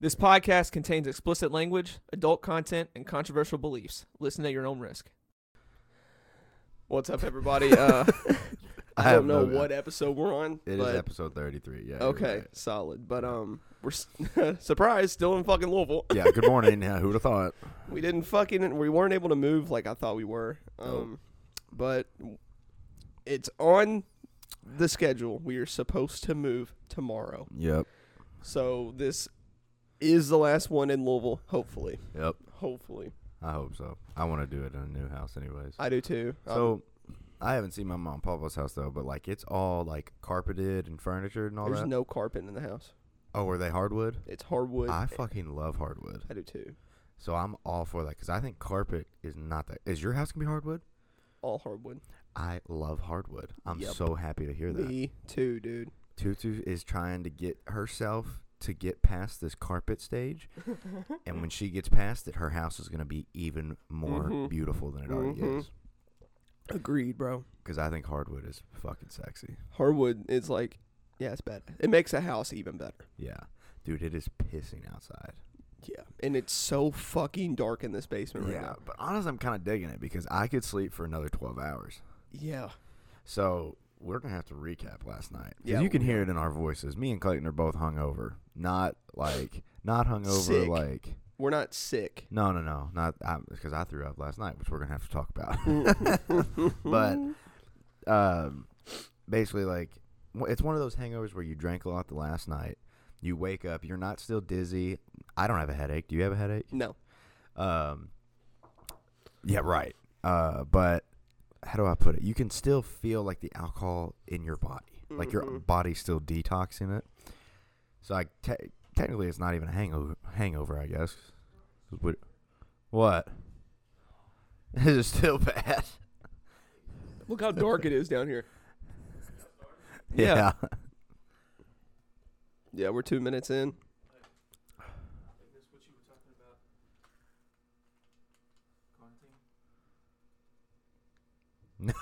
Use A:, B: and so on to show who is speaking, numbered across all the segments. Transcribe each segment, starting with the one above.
A: This podcast contains explicit language, adult content, and controversial beliefs. Listen at your own risk. What's up, everybody? Uh, I
B: have
A: don't know
B: no-
A: what episode we're on.
B: It is
A: but-
B: episode 33. Yeah. you're
A: okay,
B: right.
A: solid. But um, we're s- surprised still in fucking Louisville.
B: Yeah, good morning. Yeah, who would have thought?
A: We didn't fucking we weren't able to move like I thought we were. Um, but it's on the schedule. We are supposed to move tomorrow,
B: Yep.
A: so this is the last one in Louisville. Hopefully,
B: Yep.
A: hopefully,
B: I hope so. I want to do it in a new house anyways.
A: I do too. Um,
B: so I haven't seen my mom and papa's house though, but like it's all like carpeted and furniture and all
A: there's
B: that.
A: no carpet in the house.
B: oh, are they hardwood?
A: It's hardwood.
B: I fucking love hardwood.
A: I do too.
B: So I'm all for that cuz I think carpet is not that. Is your house going to be hardwood?
A: All hardwood.
B: I love hardwood. I'm
A: Yep.
B: so happy to hear that.
A: Me too, dude.
B: Tutu is trying to get herself to get past this carpet stage. and when she gets past it, her house is going to be even more
A: Mhm.
B: beautiful than it already
A: Mhm.
B: is.
A: Agreed, bro.
B: Because I think hardwood is fucking sexy.
A: Hardwood is like, yeah, it's better. It makes a house even better.
B: Yeah. Dude, it is pissing outside.
A: Yeah, and it's so fucking dark in this basement right now.
B: But honestly, I'm kind of digging it because I could sleep for another 12 hours.
A: Yeah,
B: So we're going to have to recap last night. 'Cause
A: Yeah,
B: You can
A: we
B: hear it in our voices. Me and Clayton are both hungover. Not like, not hungover
A: Sick.
B: like.
A: we're not sick.
B: No, no, no, not because I threw up last night, which we're gonna have to talk about. but um, basically, like wh- it's one of those hangovers where you drank a lot the last night. You wake up, you're not still dizzy. I don't have a headache. Do you have a headache?
A: No,
B: Um, yeah, right. Uh, but how do I put it? You can still feel like the alcohol in your body, like your
A: Mhm.
B: body's still detoxing it. So I te- technically it's not even a hangover. Hangover, I guess. What? What? This is still bad.
A: look how dark it is down here. Yeah. Yeah, we're two minutes in.
B: No.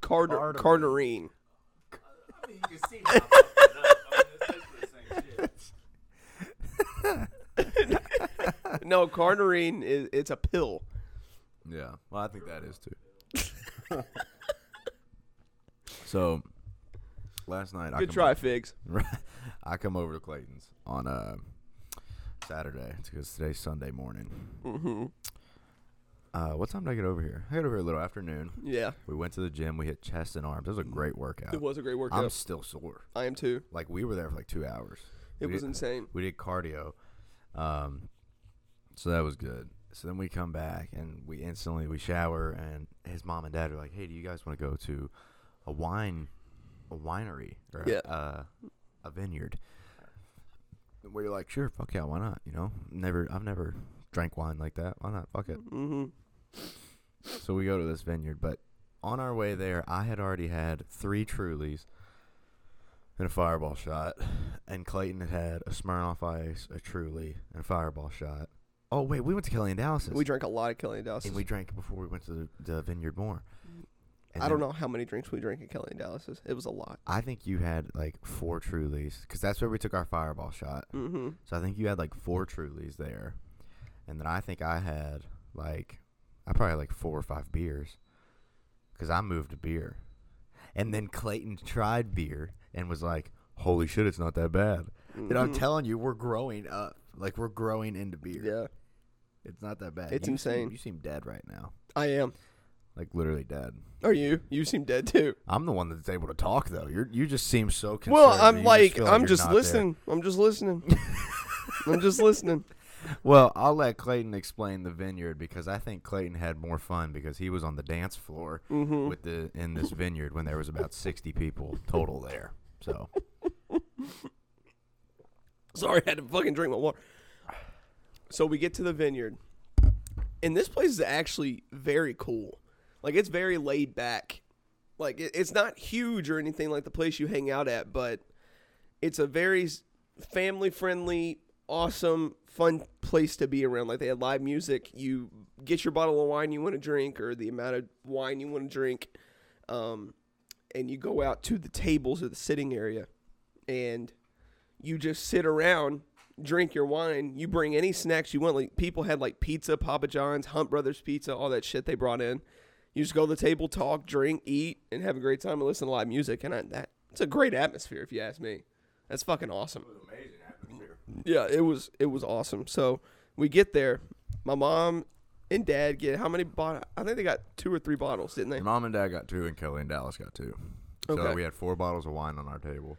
A: Carter,
B: Artery.
A: Carterine. No, Carterine is it's a pill.
B: yeah. Well, I think that is too. so, last night I
A: Good
B: come-
A: try, figs.
B: Right. I come over to Clayton's on uh, Saturday because today's Sunday morning.
A: hmm
B: Uh, what time did I get over here? I got over here a little afternoon.
A: Yeah,
B: We went to the gym. We hit chest and arms. It was a great workout.
A: it was a great Mm. workout.
B: I'm still sore.
A: I am too.
B: Like we were there for like two hours.
A: It
B: We
A: was
B: did-
A: insane.
B: We did cardio, um, so that was good. So then we come back and we instantly we shower and his mom and dad are like, "Hey, do you guys want to go to a wine, a winery or a-
A: Yeah.
B: uh, a vineyard?" And we're like, "Sure, fuck yeah, why not?" You know, never I've never drank wine like that. Why not? Fuck it.
A: hmm
B: So we go to this vineyard, but on our way there, I had already had three Trulies and a fireball shot, and Clayton had had a Smirnoff Ice, a Truly, and a fireball shot. Oh wait, we went to Kelly and Dallas's,
A: We drank a lot of Kelly and Dallas.
B: and we drank it before we went to the, the vineyard more. And
A: Mm. I don't
B: then
A: know how many drinks we drank at Kelly and Dallas's. It was a lot.
B: I think you had like four Trulies because that's where we took our fireball shot.
A: hmm
B: So I think you had like four Trulies there, and then I think I had like I probably had like four or five beers, because I moved to beer, and then Clayton tried beer and was like, "Holy shit, it's not that bad."
A: Mm-hmm.
B: And I'm telling you, we're growing up. Like we're growing into beer.
A: Yeah,
B: It's not that bad.
A: It's
B: You seem-
A: insane.
B: you seem dead right now.
A: I am.
B: Like literally dead.
A: Are you? You seem dead too.
B: I'm the one that's able to talk though. You're you just seem so. Concerned.
A: Well, I'm
B: You just
A: like,
B: feel
A: I'm
B: you're
A: just
B: not there.
A: listening. I'm just listening. I'm just listening.
B: Well, I'll let Clayton explain the vineyard because I think Clayton had more fun because he was on the dance floor
A: hmm
B: with the in this vineyard when there was about sixty people total there. So
A: Sorry, I had to fucking drink my water. So we get to the vineyard, and this place is actually very cool. Like it's very laid back. Like it, it's not huge or anything like the place you hang out at, but it's a very family friendly, awesome, fun place to be around. Like they had live music. You get your bottle of wine you want to drink, or the amount of wine you want to drink, um, and you go out to the tables or the sitting area, and you just sit around, drink your wine, you bring any snacks you want. Like people had like pizza, Papa John's, Hunt Brothers pizza, all that shit they brought in. You just go to the table, talk, drink, eat, and have a great time and listen to live music. And I, that it's a great atmosphere if you ask me. That's fucking awesome.
B: Amazing atmosphere.
A: Yeah, it was it was awesome. So we get there, my mom and dad get how many bottles? I think they got two or three bottles, didn't they?
B: Mom and Dad got two, and Kelly and Dallas got two. So
A: Okay.
B: we had four bottles of wine on our table.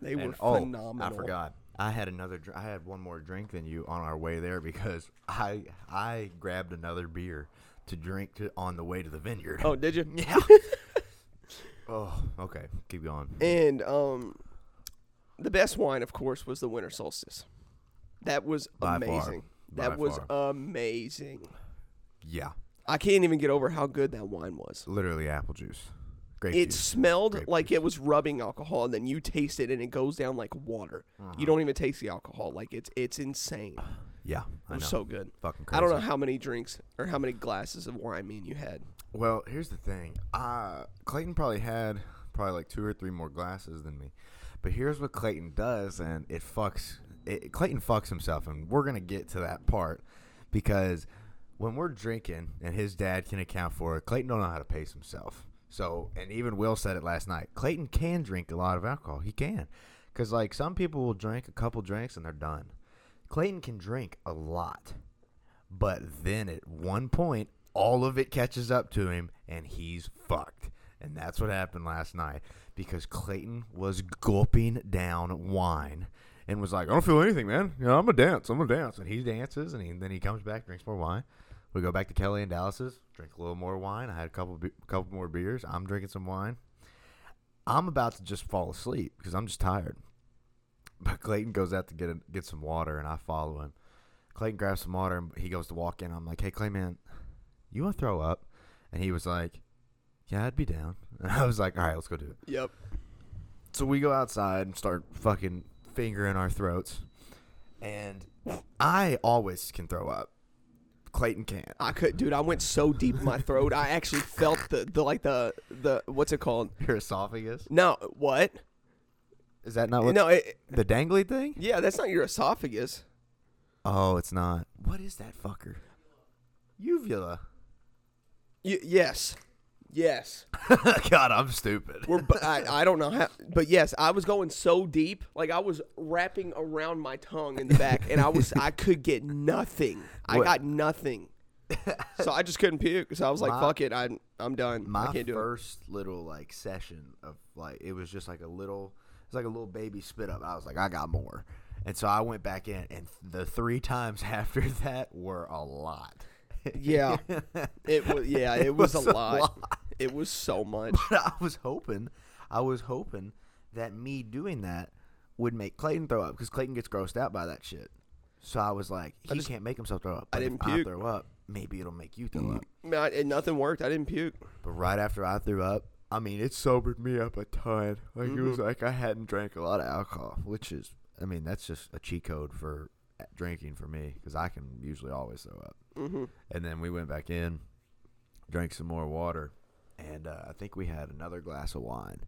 A: They
B: And-
A: were
B: oh,
A: phenomenal.
B: I forgot. I had another. dr- I had one more drink than you on our way there because I I grabbed another beer to drink to, on the way to the vineyard.
A: Oh, did you?
B: yeah. oh, okay. Keep going.
A: And um, the best wine, of course, was the winter solstice. That was
B: By far.
A: amazing.
B: By
A: That was
B: far.
A: amazing.
B: yeah,
A: I can't even get over how good that wine was.
B: literally apple juice. Grape
A: It
B: juice.
A: smelled
B: Grape
A: like it was rubbing alcohol, and then you taste it, and it goes down like water. You don't even taste the alcohol. Like it's it's insane.
B: Yeah,
A: It
B: Uh-huh. I know.
A: was so good.
B: Fucking
A: I don't know
B: crazy.
A: how many drinks or how many glasses of wine me and you had.
B: Well, here's the thing. Uh, Clayton probably had probably like two or three more glasses than me. But here's what Clayton does, and it fucks. It, Clayton fucks himself, and we're gonna get to that part because when we're drinking, and his dad can account for it. Clayton don't know how to pace himself. So, and even Will said it last night. Clayton can drink a lot of alcohol. He can, because like some people will drink a couple drinks and they're done. Clayton can drink a lot. But then at one point, all of it catches up to him and he's fucked. And that's what happened last night because Clayton was gulping down wine and was like, I don't feel anything, man. You know, I'm going to dance. I'm going to dance. And he dances and he, then he comes back, drinks more wine. We go back to Kelly and Dallas's, drink a little more wine. I had a couple, be- couple more beers. I'm drinking some wine. I'm about to just fall asleep because I'm just tired. But Clayton goes out to get a, get some water, and I follow him. Clayton grabs some water, and he goes to walk in. I'm like, "Hey, Clay, man, you want to throw up?" And he was like, "Yeah, I'd be down." And I was like, "All right, let's go do it."
A: Yep.
B: So we go outside and start fucking fingering our throats, and I always can throw up. Clayton can't.
A: I could, dude. I went so deep in my throat. I actually felt the, the like the the what's it called?
B: Your esophagus
A: No, what?
B: is that not what
A: No, it,
B: the dangly thing?
A: yeah, that's not your esophagus.
B: Oh, it's not. What is that fucker? Uvula.
A: Y- yes, yes.
B: God, I'm stupid.
A: We're. bu- I, I don't know how, but yes, I was going so deep, like I was wrapping around my tongue in the back, and I was I could get nothing. I
B: What-
A: got nothing. so I just couldn't puke. So I was like,
B: My-
A: "Fuck it, I, I'm done.
B: my
A: I can't do
B: first little like session of like it was just like a little it's like a little baby spit up. I was like, I got more. And so I went back in and the three times after that were a lot.
A: it." Yeah, it was. Yeah, it, was, a, lot. It was so much.
B: I was hoping I was hoping that me doing that would make Clayton throw up because Clayton gets grossed out by that shit. So I was like, he can't make himself throw up. But
A: didn't
B: if
A: puke. Mm.
B: I throw up, maybe it'll make you throw up.
A: Man, I- and nothing worked. I didn't puke.
B: But right after I threw up, I mean, it sobered me up a ton. Like it
A: Mm-hmm.
B: was like I hadn't drank a lot of alcohol, which is, I mean, that's just a cheat code for uh, drinking for me because I can usually always throw up. Mm-hmm. And then we went back in, drank some more water, and uh, I think we had another glass of wine.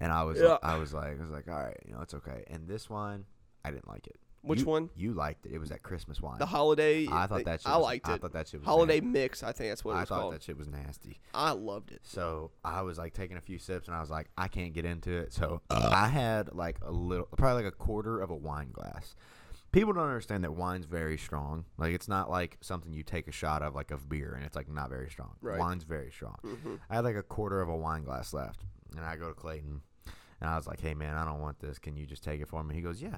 B: And I was,
A: Yeah.
B: I was like, I was like, all right, you know, it's okay. And this wine, I didn't like it.
A: Which
B: You-
A: one?
B: You liked it. It was that Christmas wine.
A: The holiday.
B: I thought
A: thing-
B: that shit
A: I
B: was-
A: liked
B: I
A: it.
B: thought that shit was
A: holiday mix. I think that's what it
B: I
A: was
B: thought
A: called.
B: that shit was nasty.
A: I loved it.
B: So I was like taking a few sips, and I was like, I can't get into it. So I had like a little, probably like a quarter of a wine glass. People don't understand that wine's very strong. Like it's not like something you take a shot of, like of beer, and it's like not very strong.
A: Right.
B: Wine's very strong. I had like a quarter of a wine glass left, and I go to Clayton, and I was like, Hey man, I don't want this. Can you just take it for me? He goes, Yeah.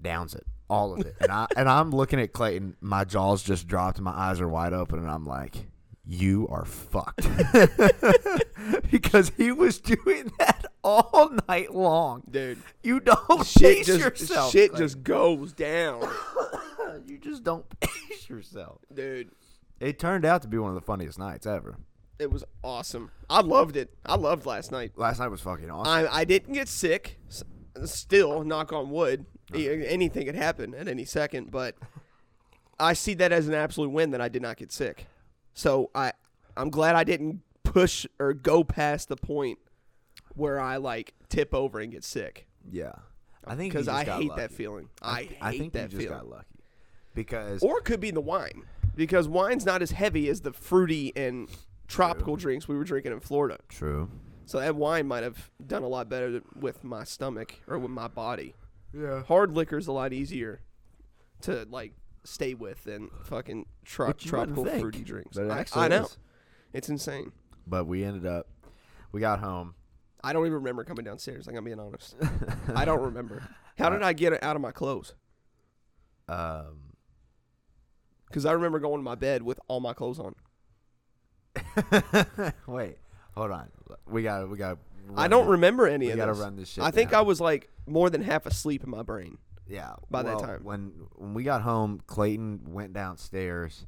B: Downs it, all of it, and I and I'm looking at Clayton. My jaws just dropped, my eyes are wide open, and I'm like, "You are fucked." because he was doing that all night long.
A: Dude.
B: You don't
A: Shit
B: pace
A: just
B: yourself.
A: shit
B: Clayton.
A: just goes down,
B: you just don't pace yourself.
A: dude.
B: It turned out to be one of the funniest nights ever.
A: It was awesome. I loved it. I loved last night.
B: Last night was fucking awesome.
A: I I didn't get sick. S- Still, knock on wood. A- Anything could happen at any second, but I see that as an absolute win that I did not get sick. So I I'm glad I didn't push or go past the point where I like tip over and get sick.
B: yeah. I think you
A: because I
B: just got
A: hate
B: lucky.
A: that feeling. I,
B: th-
A: hate
B: I think
A: that
B: you just
A: feeling.
B: got lucky because
A: Or it could be the wine because wine's not as heavy as the fruity and tropical drinks we were drinking in Florida.
B: true.
A: So that wine might have done a lot better th- with my stomach or with my body.
B: Yeah.
A: Hard liquor's a lot easier to like stay with than fucking tro-
B: Which you wouldn't
A: tropical
B: think,
A: fruity drinks.
B: but it
A: I,
B: actually
A: I know.
B: is.
A: It's insane.
B: But we ended up, we got home.
A: I don't even remember coming downstairs. Like I'm being honest, I don't remember. How did I get it out of my clothes?
B: Um,
A: Because I remember going to my bed with all my clothes on.
B: wait, hold on. We got to we got.
A: I don't remember any
B: We
A: of
B: gotta
A: this.
B: run this shit
A: I think
B: down.
A: I was like more than half asleep in my brain.
B: Yeah.
A: by that
B: well,
A: time.
B: When when we got home, Clayton went downstairs,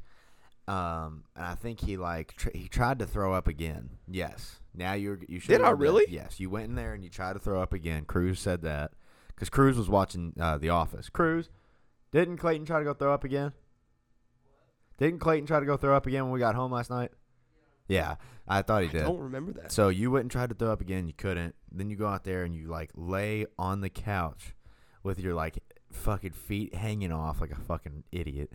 B: um, and I think he like tr- he tried to throw up again. Yes. Now you're you should.
A: Did I
B: remember
A: really?
B: That. Yes. You went in there and you tried to throw up again. Cruz said that because Cruz was watching uh, The Office. Cruz, didn't Clayton try to go throw up again? Didn't Clayton try to go throw up again when we got home last night? Yeah, I thought he
A: I
B: did.
A: don't remember that.
B: So you went and tried to throw up again, you couldn't. Then you go out there and you like lay on the couch with your like fucking feet hanging off like a fucking idiot,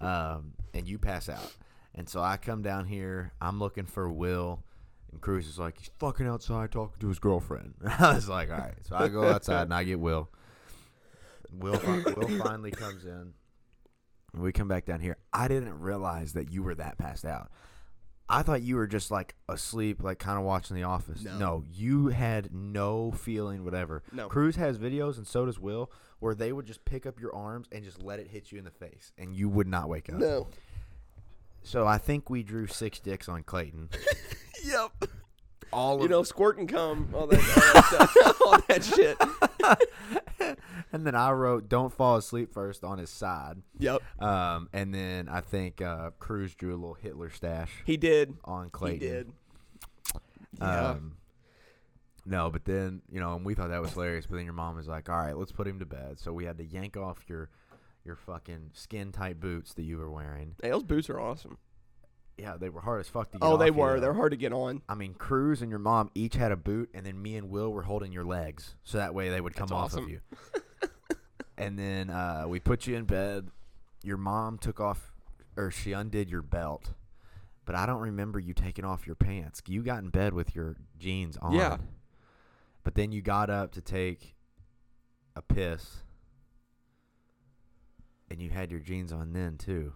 B: um, and you pass out. And so I come down here, I'm looking for Will, and Cruz is like he's fucking outside talking to his girlfriend. I was like, all right. So I go outside and I get Will. Will fi- Will finally comes in. And we come back down here. I didn't realize that you were that passed out. I thought you were just like asleep, like kind of watching The Office. No. you had no feeling, whatever.
A: No.
B: Cruz has videos, and so does Will, where they would just pick up your arms and just let it hit you in the face, and you would not wake up.
A: No.
B: So I think we drew six dicks on Clayton.
A: Yep.
B: All
A: You
B: of
A: know, squirt and cum, all that, all that stuff, all that shit.
B: and then I wrote "Don't fall asleep first on his side.
A: Yep.
B: Um, and then I think uh, Cruz drew a little Hitler stash
A: He did.
B: on Clayton.
A: He did. Yeah.
B: Um, no, but then you know, and we thought that was hilarious. But then your mom was like, "All right, let's put him to bed." So we had to yank off your your fucking skin tight boots that you were wearing.
A: Hey, those boots are awesome.
B: Yeah, they were hard as fuck to get.
A: Oh,
B: off uh,
A: they
B: you,
A: were.
B: though.
A: They're hard to get on.
B: I mean, Cruz and your mom each had a boot, and then me and Will were holding your legs, so that way they would come
A: That's
B: off
A: awesome.
B: of you. and then uh, we put you in bed. Your mom took off, or she undid your belt, but I don't remember you taking off your pants. You got in bed with your jeans on.
A: Yeah.
B: But then you got up to take a piss, and you had your jeans on then too.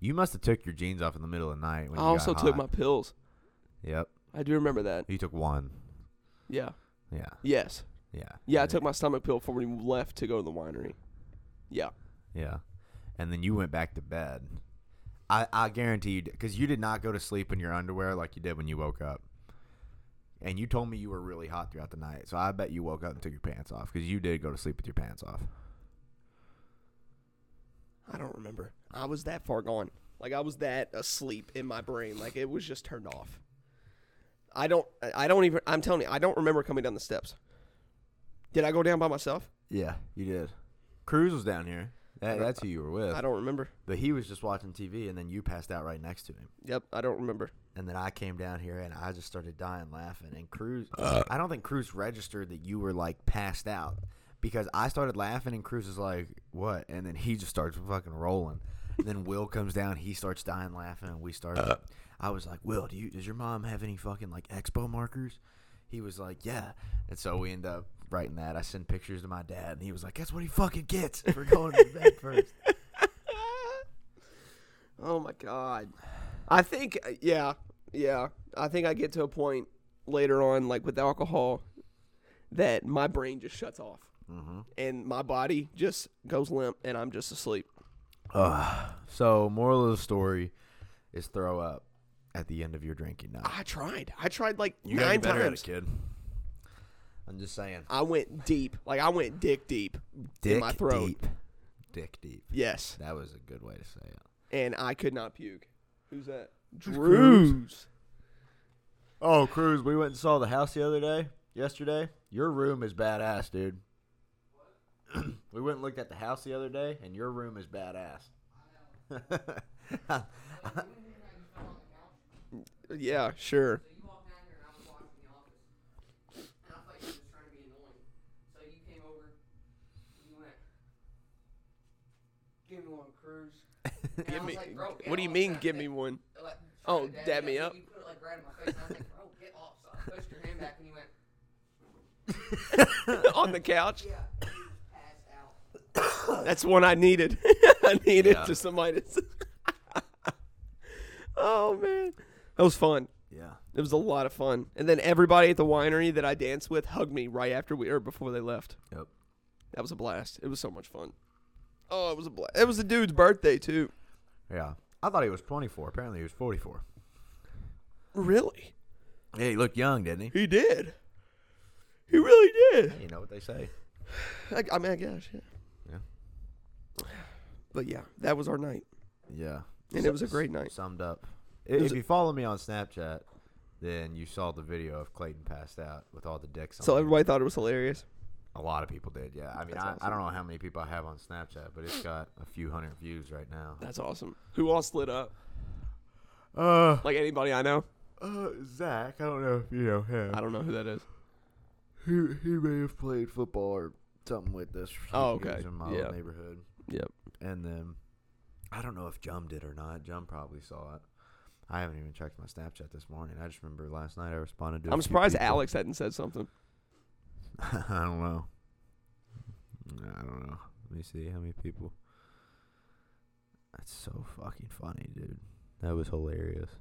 B: You must have took your jeans off in the middle of the night. When
A: I
B: you
A: also
B: got
A: took my
B: hot.
A: pills.
B: Yep,
A: I do remember that.
B: you took one.
A: Yeah.
B: Yeah.
A: Yes.
B: Yeah.
A: Yeah, I
B: And
A: took my stomach pill before we left to go to the winery. Yeah.
B: then- Yeah. And then you went back to bed. I, I guarantee you, because you did not go to sleep in your underwear like you did when you woke up. And you told me you were really hot throughout the night. So I bet you woke up and took your pants off because you did go to sleep with your pants off.
A: I don't remember. I was that far gone. Like I was that asleep in my brain. Like it was just turned off. I don't I- I don't even I'm telling you, I don't remember coming down the steps. Did I go down by myself?
B: Yeah, you did. Cruz was down here. That, that's who you were
A: I
B: with.
A: don't remember.
B: But he was just watching TV and then you passed out right next to him.
A: Yep, I don't remember.
B: And then I came down here and I just started dying laughing. And Cruz, I don't think Cruz registered that you were like passed out because I started laughing and Cruz is like, "What?" And then he just starts fucking rolling. And then Will comes down, he starts dying laughing, and we start. I was like, "Will, do you does your mom have any fucking like expo markers?" He was like, "Yeah," and so we end up writing that. I send pictures to my dad, and he was like, "That's what he fucking gets for going to bed first.
A: Oh my god. I think yeah, yeah. I think I get to a point later on like with alcohol that my brain just shuts off.
B: Mm-hmm.
A: And my body just goes limp and I'm just asleep.
B: Ugh. so, moral of the story is throw up at the end of your drinking night.
A: I tried. I tried like
B: You gotta
A: nine
B: be better at it,
A: times.
B: kid. I'm just saying.
A: I went deep. Like I went dick deep in my throat.
B: deep. Dick deep.
A: Yes.
B: That was a good way to say it.
A: And I could not puke. Who's that?
B: Cruz.
A: Drews.
B: Oh, Cruz, we went and saw the house the other day, yesterday. Your room is badass, dude. we went and looked at the house the other day, and your room is badass.
A: Yeah, sure.
C: So you walked down here and I was watching the office. And I thought you were just trying to be annoying. So you came over give me one, Cruz. I
A: Give
C: was
A: me.
C: like, bro, get
A: what do you
C: off
A: mean?
C: that
A: Give me
C: thing.
A: one.
C: They're like,
A: Oh,
C: trying to
A: dab me
C: and
A: up.
C: You put it like right in my face. And I was like, bro, get off. So I pushed your hand back and you went,
A: on the couch.
C: yeah, you pass out.
A: That's one I needed. I needed
B: Yeah.
A: to somebody. to- oh man, that was fun.
B: Yeah.
A: It was a lot of fun. And then everybody at the winery that I danced with hugged me right after we or before they left.
B: Yep.
A: That was a blast. It was so much fun. Oh, it was a blast. It was the dude's birthday too.
B: Yeah. I thought he was 24. Apparently he was 44.
A: Really?
B: Yeah, he looked young, didn't he?
A: He did. He really did.
B: You know what they say.
A: I, I mean, I guess. Yeah.
B: Yeah.
A: But yeah, that was our night,
B: Yeah.
A: and it was a great night.
B: Summed up.
A: was
B: If
A: a-
B: you follow me on Snapchat, then you saw the video of Clayton passed out with all the dicks on.
A: So
B: him.
A: everybody thought it was hilarious.
B: A lot of people did, yeah. I mean,
A: That's
B: I, I
A: awesome.
B: don't know how many people I have on Snapchat, but it's got a few hundred views right now.
A: That's awesome. Who all slid up?
B: Uh,
A: Like anybody I know?
B: uh, Zach, I don't know if you know him.
A: I don't know who that is.
B: He, he may have played football or something with us.
A: Oh,
B: He was
A: okay.
B: in my old
A: Yeah.
B: neighborhood.
A: Yep.
B: And then, I don't know if Jum did or not. Jum probably saw it. I haven't even checked my Snapchat this morning. I just remember last night I responded to. a
A: I'm
B: few
A: surprised
B: people. Mm-hmm.
A: Alex hadn't said something.
B: I don't know. I don't know. Let me see how many people. That's so fucking funny, dude. That was hilarious.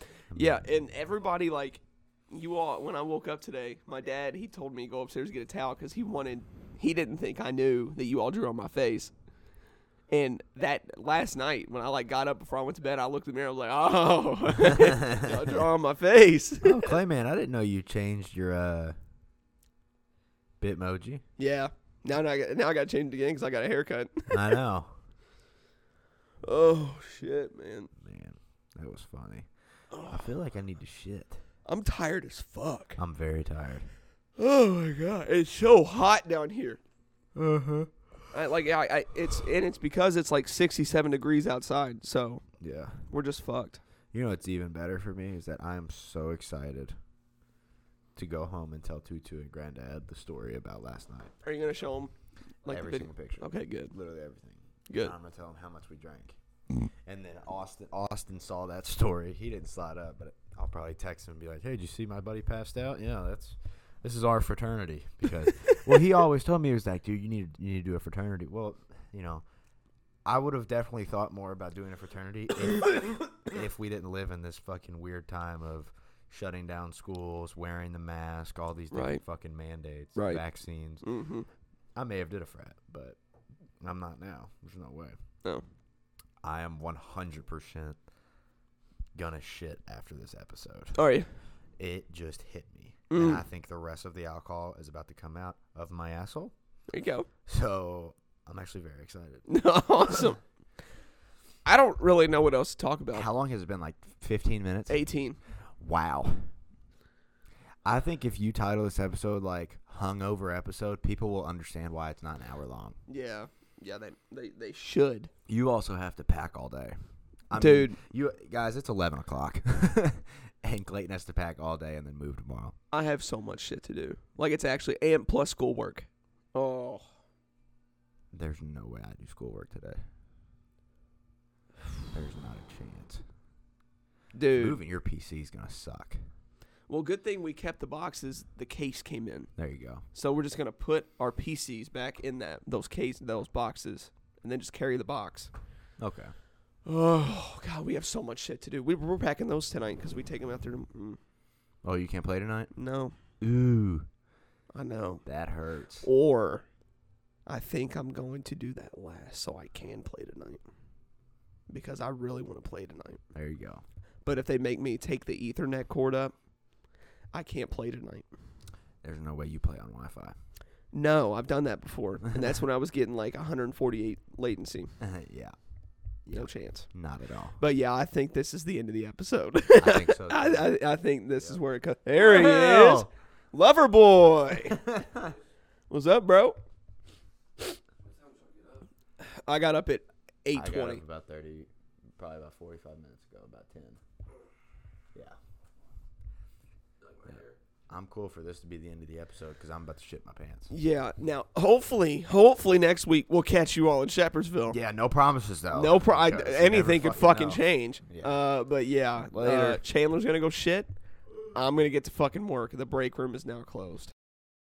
B: I
A: Yeah,
B: mean,
A: and everybody like you all. When I woke up today, my dad he told me to go upstairs and get a towel because he wanted he didn't think I knew that you all drew on my face. And that last night when I like got up before I went to bed, I looked in the mirror. I was like, oh, y'all drew on my face.
B: oh, Clayman, I didn't know you changed your uh, Bitmoji.
A: yeah. Now, now I got now I got changed again because I got a haircut.
B: I know.
A: Oh shit, man.
B: Man, that was funny. I feel like I need to shit.
A: I'm tired as fuck.
B: I'm very tired.
A: Oh my god, it's so hot down here.
B: Uh
A: Uh-huh.
B: huh.
A: I, like I, I, it's and it's because it's like 67 degrees outside, so
B: Yeah.
A: we're just fucked.
B: You know what's even better for me is that I'm so excited to go home and tell Tutu and Granddad the story about last night.
A: Are you gonna show them like
B: Every
A: the video?
B: single picture.
A: Okay, good,
B: Literally everything.
A: good.
B: I'm gonna tell him how much we drank.
A: Mm.
B: And then Austin Austin saw that story. He didn't slide up, but I'll probably text him and be like, "Hey, did you see my buddy passed out? Yeah, that's this is our fraternity because well, he always told me he was like, dude, you need you need to do a fraternity. Well, you know, I would have definitely thought more about doing a fraternity if, if we didn't live in this fucking weird time of shutting down schools, wearing the mask, all these different
A: Right.
B: fucking mandates,
A: Right.
B: vaccines.
A: Mm-hmm.
B: I may have did a frat, but I'm not now. There's no way.
A: No.
B: I am 100% gonna shit after this episode.
A: All right.
B: It just hit me.
A: Mm.
B: And I think the rest of the alcohol is about to come out of my asshole.
A: There you go.
B: So I'm actually very excited.
A: awesome. I don't really know what else to talk about.
B: How long has it been? Like 15 minutes?
A: 18.
B: Wow. I think if you title this episode like hungover episode, people will understand why it's not an hour long.
A: Yeah, yeah. They they they should.
B: You also have to pack all day. I mean,
A: Dude.
B: you guys, it's eleven o'clock, and Clayton has to pack all day and then move tomorrow.
A: I have so much shit to do. Like it's actually and plus schoolwork. Oh,
B: There's no way I do schoolwork today. There's not a chance.
A: dude.
B: Moving your PC is gonna suck.
A: Well, good thing we kept the boxes. The case came in.
B: There you go.
A: So we're just gonna put our PCs back in that those case those boxes, and then just carry the box.
B: Okay.
A: Oh God, we have so much shit to do. We, we're packing those tonight because we take them out there. To, mm,
B: Oh, you can't play tonight.
A: no,
B: Ooh,
A: I know.
B: that hurts.
A: Or I think I'm going to do that last so I can play tonight because I really want to play tonight.
B: There you go.
A: But if they make me take the Ethernet cord up, I can't play tonight.
B: There's no way you play on Wi-Fi.
A: No, I've done that before, and that's when I was getting like 148 latency.
B: yeah,
A: No
B: Yeah.
A: chance.
B: not at all.
A: But yeah, I think this is the end of the episode.
B: I think so. too.
A: I, I, I think this
B: Yeah.
A: is where it comes. There he is,
B: Well.
A: lover boy. What's up, bro? I got up at
B: I
A: eight
B: got
A: twenty.
B: up about thirty, probably about forty-five minutes ago, about ten. Yeah. I'm cool for this to be the end of the episode because I'm about to shit my pants.
A: Yeah. Now, hopefully, hopefully next week we'll catch you all in Shepherdsville.
B: Yeah, no promises though.
A: No, pro- I,
B: because you
A: anything
B: never
A: could fucking
B: know.
A: change.
B: Yeah.
A: Uh, but yeah,
B: Later.
A: Uh, Chandler's gonna go shit. I'm gonna get to fucking work. The break room is now closed.